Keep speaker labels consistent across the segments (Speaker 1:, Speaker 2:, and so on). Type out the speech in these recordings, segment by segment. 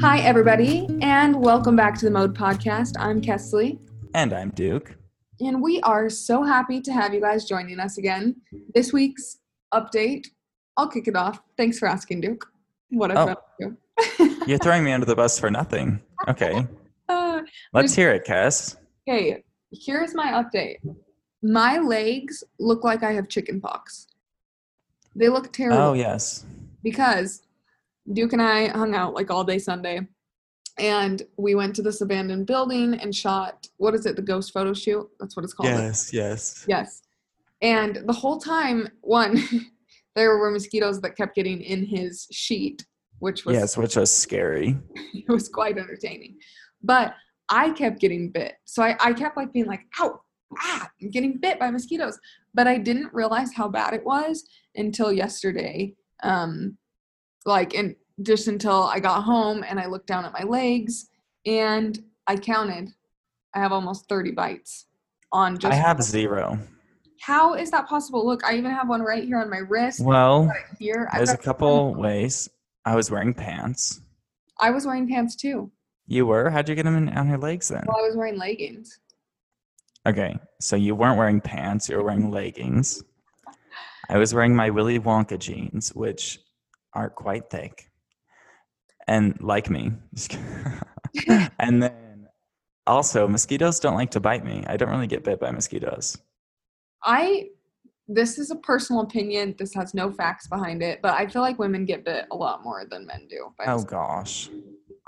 Speaker 1: Hi, everybody, and welcome back to the Mode Podcast. I'm Kesley,
Speaker 2: And I'm Duke.
Speaker 1: and we are so happy to have you guys joining us again. This week's update, I'll kick it off. Thanks for asking, Duke. What I've
Speaker 2: Oh.
Speaker 1: been up to.
Speaker 2: You're throwing me under the bus for nothing. Okay.
Speaker 1: Uh,
Speaker 2: Let's hear it, Cass.
Speaker 1: okay, here's my update. My legs look like I have chicken pox. They look terrible.
Speaker 2: Oh, yes.
Speaker 1: because Duke and I hung out like all day Sunday, and we went to this abandoned building and shot what is it, the ghost photo shoot? That's what it's called. right?
Speaker 2: yes.
Speaker 1: Yes. And the whole time, one, there were mosquitoes that kept getting in his sheet, which was
Speaker 2: Yes, which was scary.
Speaker 1: it was quite entertaining. But I kept getting bit. So I, I kept like being like, ow, ah, I'm getting bit by mosquitoes. But I didn't realize how bad it was until yesterday. Um, like, and just until I got home and I looked down at my legs and I counted. I have almost 30 bites on just
Speaker 2: I have zero.
Speaker 1: how is that possible? Look, I even have one right here on my wrist.
Speaker 2: Well,
Speaker 1: Here, I've
Speaker 2: there's a
Speaker 1: got-
Speaker 2: couple ways. I was wearing pants.
Speaker 1: I was wearing pants too.
Speaker 2: You were? How'd you get them in, on your legs then?
Speaker 1: Well, I was wearing leggings.
Speaker 2: Okay, so you weren't wearing pants, you were wearing leggings. I was wearing my Willy Wonka jeans, which are quite thick and like me. Just kidding. and then also, mosquitoes don't like to bite me. I don't really get bit by mosquitoes.
Speaker 1: I this is a personal opinion. This has no facts behind it, but I feel like women get bit a lot more than men do. by
Speaker 2: Oh
Speaker 1: this-
Speaker 2: gosh.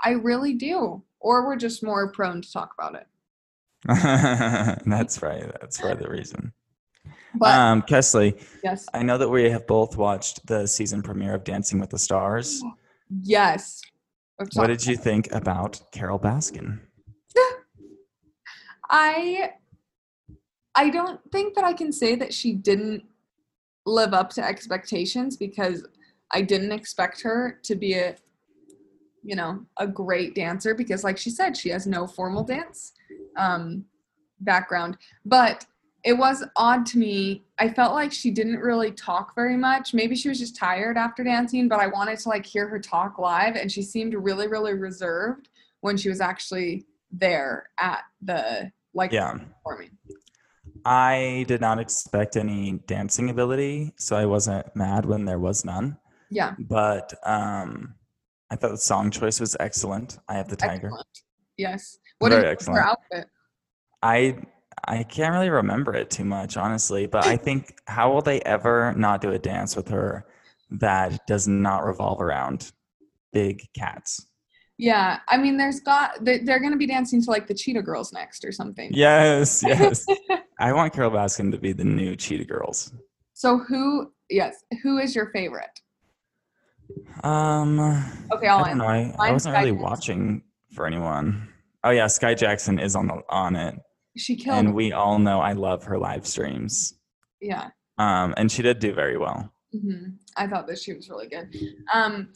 Speaker 1: I really do. Or we're just more prone to talk about it.
Speaker 2: that's right. That's for the reason.
Speaker 1: But
Speaker 2: um, Kesley,
Speaker 1: yes,
Speaker 2: I know that we have both watched the season premiere of Dancing with the Stars.
Speaker 1: yes. I've talked-
Speaker 2: What did you think about Carol Baskin?
Speaker 1: I I don't think that I can say that she didn't live up to expectations because I didn't expect her to be a you know a great dancer because like she said she has no formal dance um background but it was odd to me I felt like she didn't really talk very much maybe she was just tired after dancing but I wanted to like hear her talk live and she seemed really really reserved when she was actually there at the like
Speaker 2: Yeah.
Speaker 1: performing.
Speaker 2: I did not expect any dancing ability, so I wasn't mad when there was none.
Speaker 1: Yeah.
Speaker 2: But um, I thought the song choice was excellent. I have the tiger.
Speaker 1: Excellent. Yes. What
Speaker 2: Very
Speaker 1: did you think of her
Speaker 2: excellent.
Speaker 1: outfit?
Speaker 2: I I can't really remember it too much, honestly. But I think how will they ever not do a dance with her that does not revolve around big cats?
Speaker 1: Yeah. I mean, there's got they- they're going to be dancing to like the Cheetah Girls next or something.
Speaker 2: Yes, yes. I want Carol Baskin to be the new Cheetah Girls.
Speaker 1: So who? Yes. Who is your favorite?
Speaker 2: Um,
Speaker 1: Okay, I'll
Speaker 2: I don't know. I, I
Speaker 1: Mine's
Speaker 2: wasn't
Speaker 1: Sky
Speaker 2: really
Speaker 1: Jackson.
Speaker 2: watching for anyone. Oh yeah, Sky Jackson is on the on it,
Speaker 1: She killed.
Speaker 2: and we all know I love her live streams.
Speaker 1: yeah.
Speaker 2: Um, and she did do very well.
Speaker 1: hmm I thought that she was really good. Um,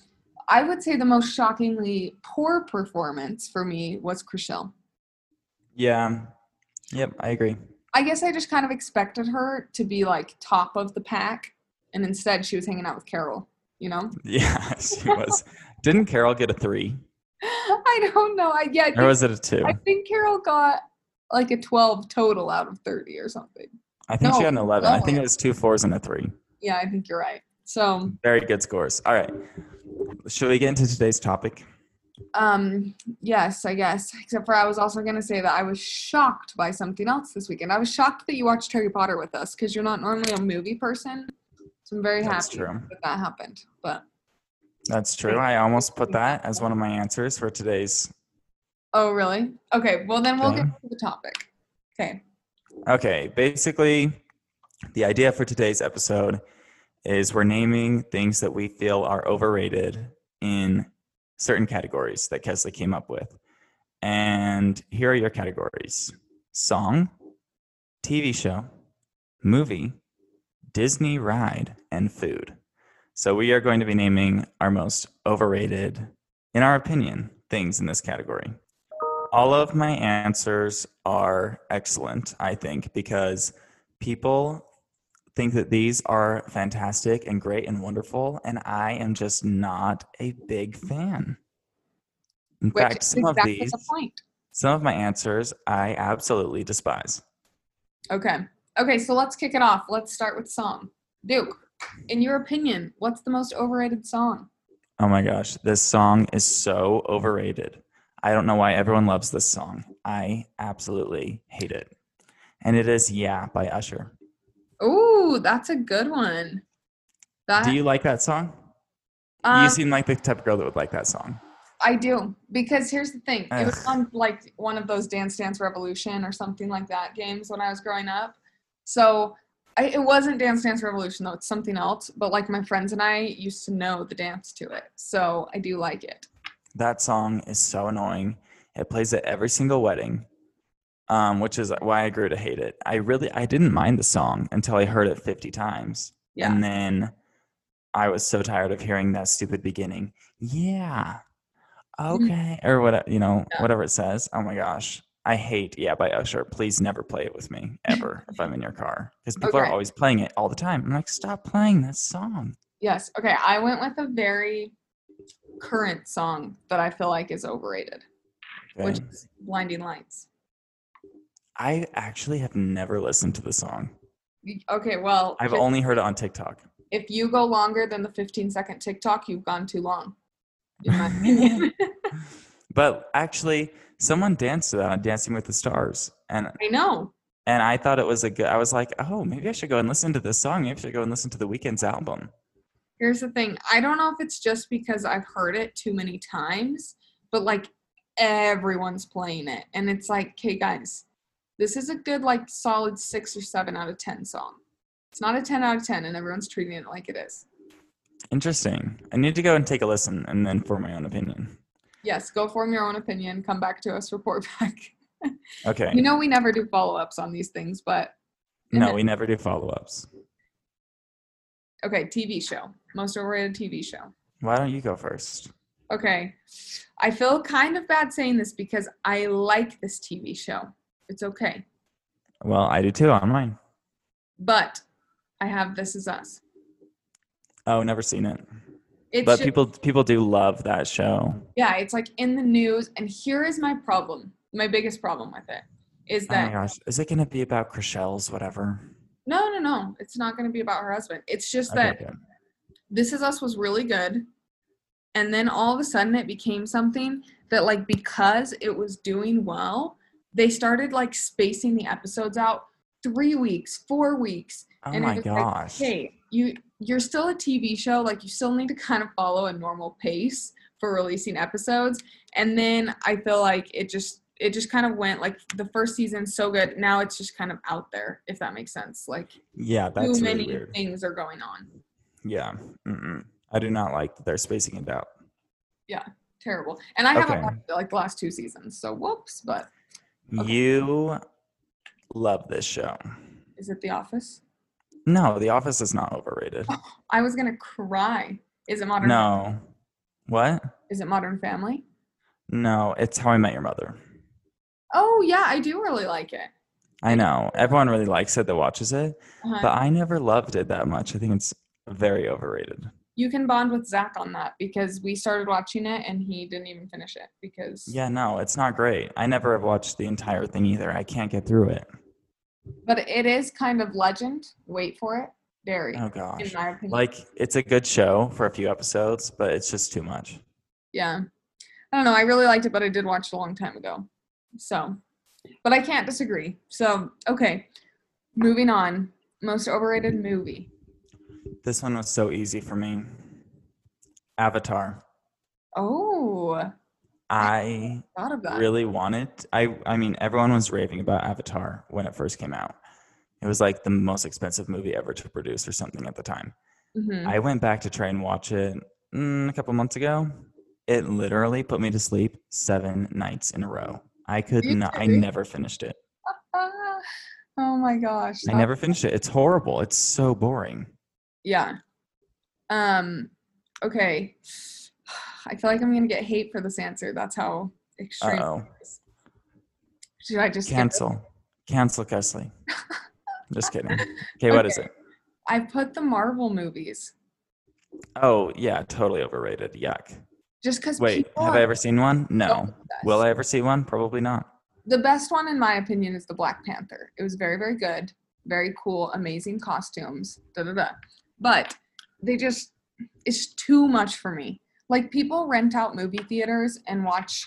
Speaker 1: I would say the most shockingly poor performance for me was Chriselle.
Speaker 2: Yeah. Yep, I agree.
Speaker 1: I guess I just kind of expected her to be like top of the pack, and instead she was hanging out with Carol. You know,
Speaker 2: Yeah, she was. Didn't Carol get a three,
Speaker 1: I don't know. I yeah, I
Speaker 2: or
Speaker 1: think,
Speaker 2: was it a two?
Speaker 1: I think Carol got like a twelve total out of thirty or something.
Speaker 2: I think she
Speaker 1: no,
Speaker 2: got an eleven. I
Speaker 1: no.
Speaker 2: think it was two fours and a three.
Speaker 1: Yeah, I think you're right. So,
Speaker 2: Very good scores. All right. Should we get into today's topic?
Speaker 1: um, yes, I guess. Except for I was also gonna say that I was shocked by something else this weekend. I was shocked that you watched Harry Potter with us because you're not normally a movie person. So I'm very
Speaker 2: That's
Speaker 1: happy
Speaker 2: true.
Speaker 1: that that happened. But
Speaker 2: That's true. I almost put that as one of my answers for today's
Speaker 1: oh, really? Okay. Well, then we'll get
Speaker 2: Okay.
Speaker 1: to the topic. Okay.
Speaker 2: Okay, basically, the idea for today's episode is we're naming things that we feel are overrated in certain categories that Kesley came up with. And here are your categories song, TV show, movie, Disney ride, and food. So we are going to be naming our most overrated, in our opinion, things in this category all of my answers are excellent, I think, because people think that these are fantastic and great and wonderful, and I am just not a big fan. In
Speaker 1: Which
Speaker 2: fact,
Speaker 1: is
Speaker 2: some of
Speaker 1: exactly
Speaker 2: these,
Speaker 1: the point.
Speaker 2: some of my answers, I absolutely despise.
Speaker 1: Okay. Okay, so let's kick it off. Let's start with song. Duke, in your opinion, what's the most overrated song?
Speaker 2: Oh my gosh, this song is so overrated. I don't know why everyone loves this song. I absolutely hate it. And it is Yeah by Usher.
Speaker 1: Ooh, that's a good one. That
Speaker 2: Do you like that song?
Speaker 1: Uh, um,
Speaker 2: you seem like the type of girl that would like that song.
Speaker 1: I do because here's the thing. It was
Speaker 2: Ugh.
Speaker 1: on like one of those Dance Dance Revolution or something like that games when I was growing up. So I, it wasn't Dance Dance Revolution though; it's something else. But like my friends and I used to know the dance to it, so I do like it.
Speaker 2: That song is so annoying. It plays at every single wedding, um, which is why I grew to hate it. I really, I didn't mind the song until I heard it 50 times.
Speaker 1: Yeah.
Speaker 2: And then I was so tired of hearing that stupid beginning. Yeah. Okay. Or what, you know,
Speaker 1: Mm-hmm. Yeah.
Speaker 2: whatever it says. Oh my gosh. I hate Yeah by Usher. Please never play it with me ever if I'm in your car because people
Speaker 1: Okay.
Speaker 2: are always playing it all the time. I'm like, stop playing that song.
Speaker 1: Yes. Okay. I went with a very current song that I feel like is overrated, which
Speaker 2: Okay.
Speaker 1: is Blinding Lights.
Speaker 2: I actually have never listened to the song.
Speaker 1: Y- Okay. Well,
Speaker 2: I've
Speaker 1: if-
Speaker 2: only heard it on TikTok.
Speaker 1: if you go longer than the 15 second TikTok, you've gone too long. In my opinion.
Speaker 2: But actually, someone danced to that on Dancing with the Stars, and
Speaker 1: I know.
Speaker 2: and I thought it was a good. I was like, oh, maybe I should go and listen to this song. Maybe I should go and listen to the Weeknd's album.
Speaker 1: Here's the thing. I don't know if it's just because I've heard it too many times, but like everyone's playing it. And it's like, okay, guys, this is a good, like, solid six or seven out of 10 song. It's not a 10 out of 10, and everyone's treating it like it is.
Speaker 2: Interesting. I need to go and take a listen, and then form my own opinion.
Speaker 1: Yes, go form your own opinion. Come back to us, report back.
Speaker 2: Okay.
Speaker 1: You know, we never do follow ups on these things, but
Speaker 2: no, we never do follow ups.
Speaker 1: okay, TV show. Most overrated TV show.
Speaker 2: Why don't you go first?
Speaker 1: Okay. I feel kind of bad saying this because I like this TV show. It's okay.
Speaker 2: Well, I do too on mine.
Speaker 1: But I have This Is Us.
Speaker 2: Oh, never seen it.
Speaker 1: It's
Speaker 2: But
Speaker 1: ju-
Speaker 2: people people do love that show.
Speaker 1: yeah, it's like in the news. And here is my problem. My biggest problem with it is
Speaker 2: Oh my
Speaker 1: that
Speaker 2: gosh, is it going to be about Chriselle's whatever?
Speaker 1: no, no, no. It's not going to be about her husband. It's just
Speaker 2: Okay,
Speaker 1: that
Speaker 2: okay.
Speaker 1: This Is Us was really good. And then all of a sudden it became something that, like, because it was doing well, they started like spacing the episodes out three weeks, four weeks.
Speaker 2: Oh
Speaker 1: and it
Speaker 2: my
Speaker 1: was like,
Speaker 2: gosh.
Speaker 1: hey you you're still a tv show like you still need to kind of follow a normal pace for releasing episodes and then i feel like it just it just kind of went like the first season's so good now it's just kind of out there if that makes sense like
Speaker 2: Yeah, that's
Speaker 1: too
Speaker 2: really
Speaker 1: many
Speaker 2: weird.
Speaker 1: things are going on
Speaker 2: Yeah. Mm-mm. I do not like that they're spacing it out.
Speaker 1: terrible and i haven't
Speaker 2: Okay.
Speaker 1: watched like the last two seasons so whoops but Okay.
Speaker 2: You love this show.
Speaker 1: is it the office
Speaker 2: No, The Office is not overrated.
Speaker 1: i was gonna cry is it modern
Speaker 2: No. What?
Speaker 1: is it modern family
Speaker 2: No, it's How I Met Your Mother.
Speaker 1: oh yeah i do really like it
Speaker 2: I know. Everyone really likes it that watches it,
Speaker 1: uh-huh.
Speaker 2: but I never loved it that much. I think it's very overrated.
Speaker 1: you can bond with Zach on that because we started watching it and he didn't even finish it because
Speaker 2: Yeah, no, it's not great. I never have watched the entire thing either. I can't get through it.
Speaker 1: but it is kind of legend. Wait for it. Dairy.
Speaker 2: Oh gosh.
Speaker 1: In my opinion.
Speaker 2: Like it's a good show for a few episodes, but it's just too much.
Speaker 1: yeah. I don't know. I really liked it, but I did watch it a long time ago. So but I can't disagree. So okay. Moving on. Most overrated movie.
Speaker 2: This one was so easy for me. Avatar.
Speaker 1: Oh,
Speaker 2: I
Speaker 1: thought of that.
Speaker 2: really wanted I I mean everyone was raving about Avatar when it first came out. It was like the most expensive movie ever to produce or something at the time.
Speaker 1: Mhm.
Speaker 2: I went back to try and watch it mm, a couple months ago. It literally put me to sleep 7 nights in a row. I could
Speaker 1: You
Speaker 2: not I
Speaker 1: kidding?
Speaker 2: never finished it.
Speaker 1: Ah, oh my gosh.
Speaker 2: I
Speaker 1: that-
Speaker 2: never finished it. It's horrible. It's so boring.
Speaker 1: Yeah. Um. Okay. I feel like I'm gonna get hate for this answer. That's how extreme.
Speaker 2: Uh-oh.
Speaker 1: Should I just skip it?
Speaker 2: Cancel. Cancel Kesley. Just kidding. Okay, what is
Speaker 1: Okay.
Speaker 2: it?
Speaker 1: I put the Marvel movies
Speaker 2: Oh, yeah, totally overrated. Yuck.
Speaker 1: just because.
Speaker 2: Wait, have I ever seen one? No. Will I ever see one? Probably not.
Speaker 1: The best one, in my opinion, is the Black Panther. It was very, very good, very cool, amazing costumes, da da da. But they just, it's too much for me. Like, people rent out movie theaters and watch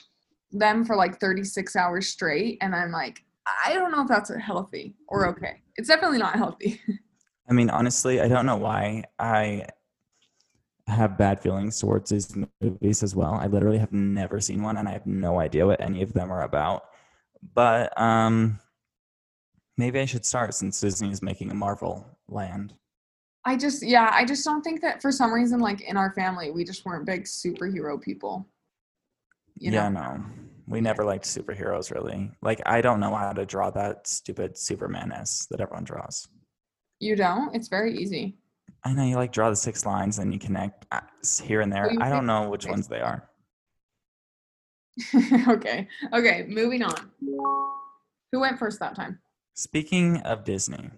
Speaker 1: them for like 36 hours straight, and I'm like, I don't know if that's healthy or okay. It's definitely not healthy.
Speaker 2: I mean, honestly, I don't know why I have bad feelings towards these movies as well. I literally have never seen one, and I have no idea what any of them are about. But um, maybe I should start since Disney is making a Marvel land.
Speaker 1: I just, yeah, I just don't think that for some reason, like in our family, we just weren't big superhero people. You know?
Speaker 2: yeah, no, we never liked superheroes really. Like, I don't know how to draw that stupid Superman S that everyone draws.
Speaker 1: You don't? It's very easy.
Speaker 2: I know you like draw the six lines and you connect uh, s- here and there.
Speaker 1: you
Speaker 2: I don't
Speaker 1: pick-
Speaker 2: know which ones they are.
Speaker 1: okay. Okay. Moving on. Who went first that time?
Speaker 2: Speaking of Disney,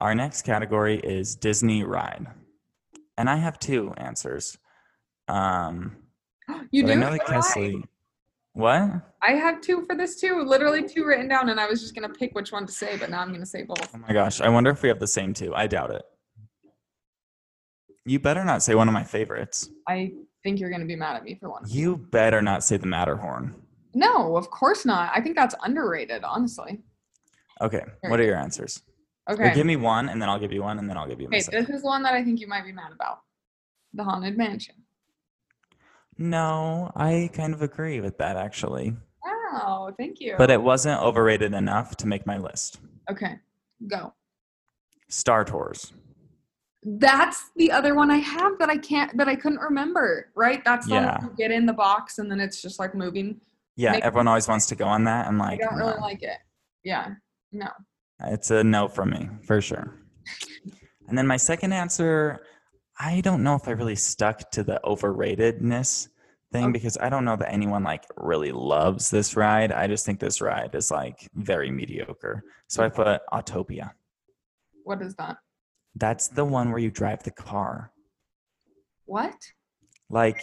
Speaker 2: our next category is Disney ride, and I have two answers. Um,
Speaker 1: You
Speaker 2: but
Speaker 1: do.
Speaker 2: I know that
Speaker 1: Why?
Speaker 2: Kesley. What?
Speaker 1: I have two for this too. Literally two written down, and I was just gonna pick which one to say, but now I'm gonna say both.
Speaker 2: Oh my gosh! I wonder if we have the same two. I doubt it. You better not say one of my favorites.
Speaker 1: I think you're gonna be mad at me for one.
Speaker 2: You better not say the Matterhorn.
Speaker 1: No, of course not. I think that's underrated, honestly.
Speaker 2: Okay.
Speaker 1: Sure.
Speaker 2: What are your answers? Or
Speaker 1: Okay.
Speaker 2: give me one, and then I'll give you one, and then I'll give you my
Speaker 1: Okay.
Speaker 2: second.
Speaker 1: This is the one that I think you might be mad about. The haunted mansion.
Speaker 2: No, I kind of agree with that actually.
Speaker 1: Wow. Thank you.
Speaker 2: But uh, it wasn't overrated enough to make my list.
Speaker 1: okay. Go.
Speaker 2: Star Tours.
Speaker 1: That's the other one I have that I can't that I couldn't remember. Right? That's the
Speaker 2: Yeah.
Speaker 1: one you get in the box and then it's just like moving.
Speaker 2: Yeah,
Speaker 1: Make-
Speaker 2: everyone always wants to go on that. and
Speaker 1: I
Speaker 2: like,
Speaker 1: don't really
Speaker 2: no.
Speaker 1: like it. Yeah. No.
Speaker 2: it's a no from me for sure. And then my second answer, I don't know if I really stuck to the overratedness thing
Speaker 1: Okay.
Speaker 2: because I don't know that anyone like really loves this ride. I just think this ride is like very mediocre. So I
Speaker 1: Mm.
Speaker 2: put Autopia.
Speaker 1: What is that?
Speaker 2: That's the one where you drive the car.
Speaker 1: What?
Speaker 2: like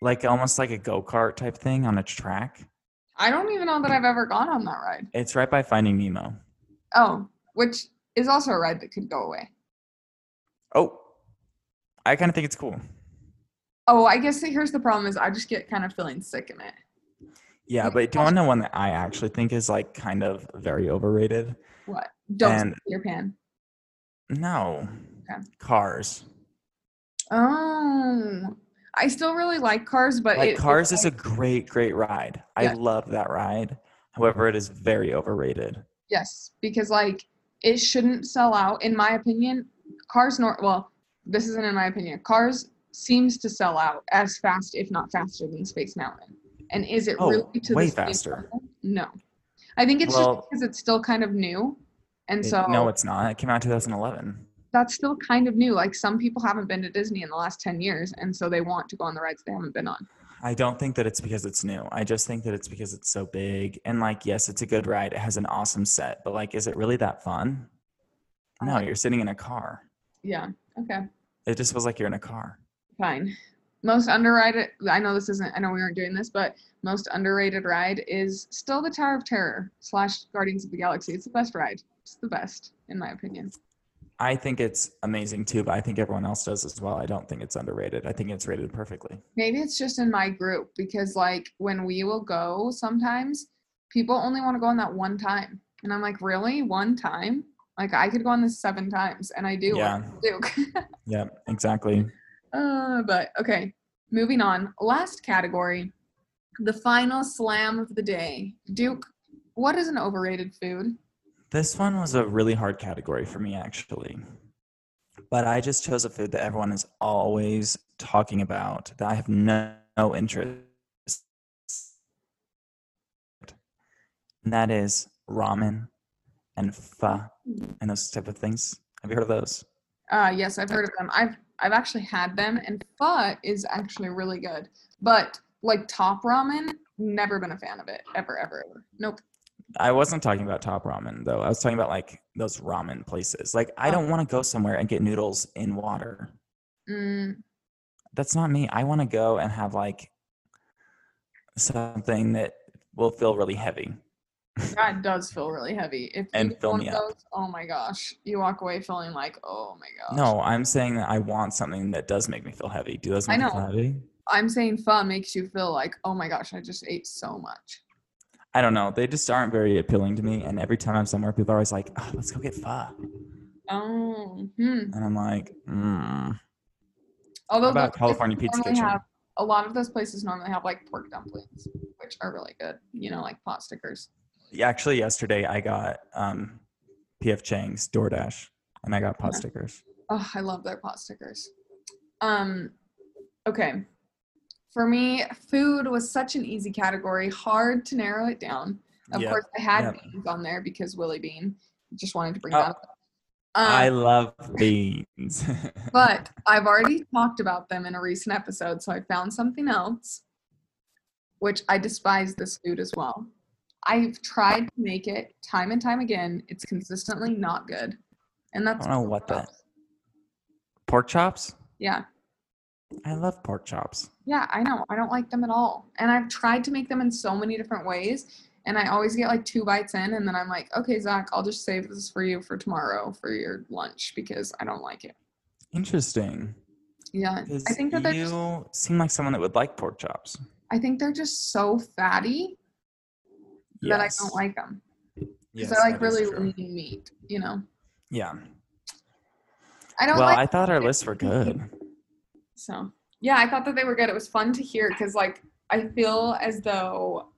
Speaker 2: like almost like a go-kart type thing on a track
Speaker 1: I don't even know that I've ever gone on that ride.
Speaker 2: it's right by finding nemo
Speaker 1: Oh, which is also a ride that could go away.
Speaker 2: oh i kind of think it's cool
Speaker 1: Oh, I guess that here's the problem is I just get kind of feeling sick in it.
Speaker 2: yeah but do you want to know one that i actually think is like kind of very overrated
Speaker 1: What? Don't
Speaker 2: And-
Speaker 1: stick your pan.
Speaker 2: no
Speaker 1: Okay.
Speaker 2: cars
Speaker 1: Oh. I still really like cars, but
Speaker 2: like
Speaker 1: it-
Speaker 2: cars is a great great ride i
Speaker 1: Yeah.
Speaker 2: love that ride however it is very overrated
Speaker 1: Yes, because like it shouldn't sell out. In my opinion, Cars nor well, this isn't in my opinion. Cars seems to sell out as fast, if not faster, than Space Mountain. And is it
Speaker 2: Oh,
Speaker 1: really to
Speaker 2: way
Speaker 1: the same
Speaker 2: faster.
Speaker 1: level? No, I think it's
Speaker 2: Well-
Speaker 1: just because it's still kind of new, and
Speaker 2: It-
Speaker 1: so
Speaker 2: no it's not it came out in 2011
Speaker 1: that's still kind of new. Like some people haven't been to Disney in the last ten years, and so they want to go on the rides they haven't been on.
Speaker 2: I don't think that it's because it's new. I just think that it's because it's so big. And like, yes, it's a good ride. It has an awesome set, but like, is it really that fun? No,
Speaker 1: Uh,
Speaker 2: you're sitting in a car.
Speaker 1: Yeah. Okay.
Speaker 2: It just feels like you're in a car.
Speaker 1: Fine. Most underrated. I know this isn't. I know we weren't doing this, but most underrated ride is still the Tower of Terror slash Guardians of the Galaxy. It's the best ride. It's the best, in my opinion.
Speaker 2: I think it's amazing too, but I think everyone else does as well. I don't think it's underrated. I think it's rated perfectly.
Speaker 1: Maybe it's just in my group because, like, when we will go, sometimes people only want to go on that one time, and I'm like, really, one time? Like, I could go on this seven times, and I do.
Speaker 2: Yeah.
Speaker 1: Duke.
Speaker 2: Yeah, exactly.
Speaker 1: Uh, but okay, moving on. Last category, the final slam of the day. Duke, what is an overrated food?
Speaker 2: This one was a really hard category for me, actually. But I just chose a food that everyone is always talking about that I have no, no interest. And that is ramen and pho and those type of things. Have you heard of those?
Speaker 1: Uh, yes, I've heard of them. I've I've actually had them, and pho is actually really good. But like top ramen, never been a fan of it ever, ever, ever. Nope.
Speaker 2: I wasn't talking about top ramen though. I was talking about like those ramen places. Like I don't want to go somewhere and get noodles in water.
Speaker 1: Mm,
Speaker 2: That's not me. I want to go and have like something that will feel really heavy.
Speaker 1: that does feel really heavy. If you
Speaker 2: And
Speaker 1: get
Speaker 2: fill
Speaker 1: one
Speaker 2: me
Speaker 1: of
Speaker 2: up.
Speaker 1: those, oh my gosh, you walk away feeling like, oh my gosh.
Speaker 2: No, I'm saying that I want something that does make me feel heavy. Do those
Speaker 1: I
Speaker 2: make me
Speaker 1: know.
Speaker 2: feel heavy?
Speaker 1: I'm saying pho makes you feel like, oh my gosh, I just ate so much.
Speaker 2: I don't know. They just aren't very appealing to me. And every time I'm somewhere, people are always like, oh, let's go get pho.
Speaker 1: Oh, hmm.
Speaker 2: And I'm like, mm.
Speaker 1: Although
Speaker 2: How about
Speaker 1: those
Speaker 2: California
Speaker 1: places
Speaker 2: Pizza
Speaker 1: normally
Speaker 2: Kitchen?
Speaker 1: have a lot of those places normally have like pork dumplings, which are really good. You know, like pot stickers.
Speaker 2: Yeah, Actually, yesterday I got um, PF Chang's DoorDash and I got pot
Speaker 1: Yeah.
Speaker 2: stickers.
Speaker 1: Oh, I love their pot stickers. Um, okay. For me, food was such an easy category, hard to narrow it down. Of
Speaker 2: Yep.
Speaker 1: course, I had
Speaker 2: yep.
Speaker 1: beans on there because Willie Bean. Just wanted to bring
Speaker 2: Oh,
Speaker 1: that up. Um,
Speaker 2: I love beans.
Speaker 1: but I've already talked about them in a recent episode, so I found something else, which I despise this food as well. I've tried to make it time and time again. It's consistently not good, and
Speaker 2: I
Speaker 1: that's
Speaker 2: don't know what that. Pork chops?
Speaker 1: yeah.
Speaker 2: I love pork chops.
Speaker 1: Yeah, I know. I don't like them at all. And I've tried to make them in so many different ways. And I always get like two bites in, and then I'm like, okay, Zach, I'll just save this for you for tomorrow for your lunch because I don't like it.
Speaker 2: Interesting.
Speaker 1: Yeah.
Speaker 2: 'Cause
Speaker 1: I think that they're
Speaker 2: you
Speaker 1: just,
Speaker 2: seem like someone that would like pork chops.
Speaker 1: I think they're just so fatty that I
Speaker 2: Yes.
Speaker 1: don't like them. Because
Speaker 2: Yes,
Speaker 1: they're like
Speaker 2: that is
Speaker 1: really
Speaker 2: true.
Speaker 1: lean meat, you know.
Speaker 2: Yeah.
Speaker 1: I don't
Speaker 2: Well,
Speaker 1: like
Speaker 2: I thought our lists were good.
Speaker 1: So yeah, I thought that they were good. It was fun to hear because like I feel as though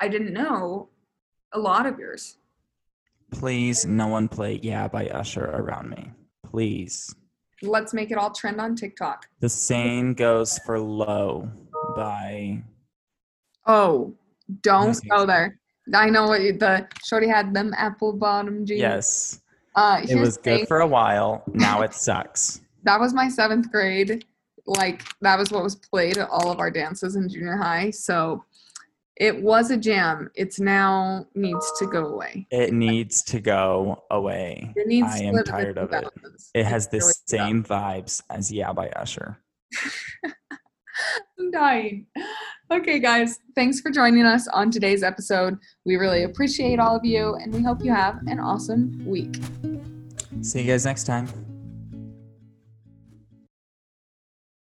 Speaker 1: I didn't know a lot of yours.
Speaker 2: Please, no one play Yeah by Usher around me. Please.
Speaker 1: Let's make it all trend on TikTok.
Speaker 2: The same goes for Low by.
Speaker 1: Oh, don't
Speaker 2: see.
Speaker 1: go there. I know what you, the shorty had them apple bottom jeans.
Speaker 2: Yes.
Speaker 1: Uh,
Speaker 2: It
Speaker 1: here's
Speaker 2: was
Speaker 1: the thing.
Speaker 2: good for a while. Now it sucks.
Speaker 1: that was my seventh grade. Like that was what was played at all of our dances in junior high. So it was a jam. It's now needs to go away.
Speaker 2: It needs to go away.
Speaker 1: It needs
Speaker 2: I
Speaker 1: to live
Speaker 2: am
Speaker 1: in the
Speaker 2: tired of it.
Speaker 1: 2000s.
Speaker 2: It has the
Speaker 1: really sucks.
Speaker 2: same vibes as Yeah by Usher.
Speaker 1: I'm dying. Okay, guys, thanks for joining us on today's episode. We really appreciate all of you, and we hope you have an awesome week.
Speaker 2: See you guys next time.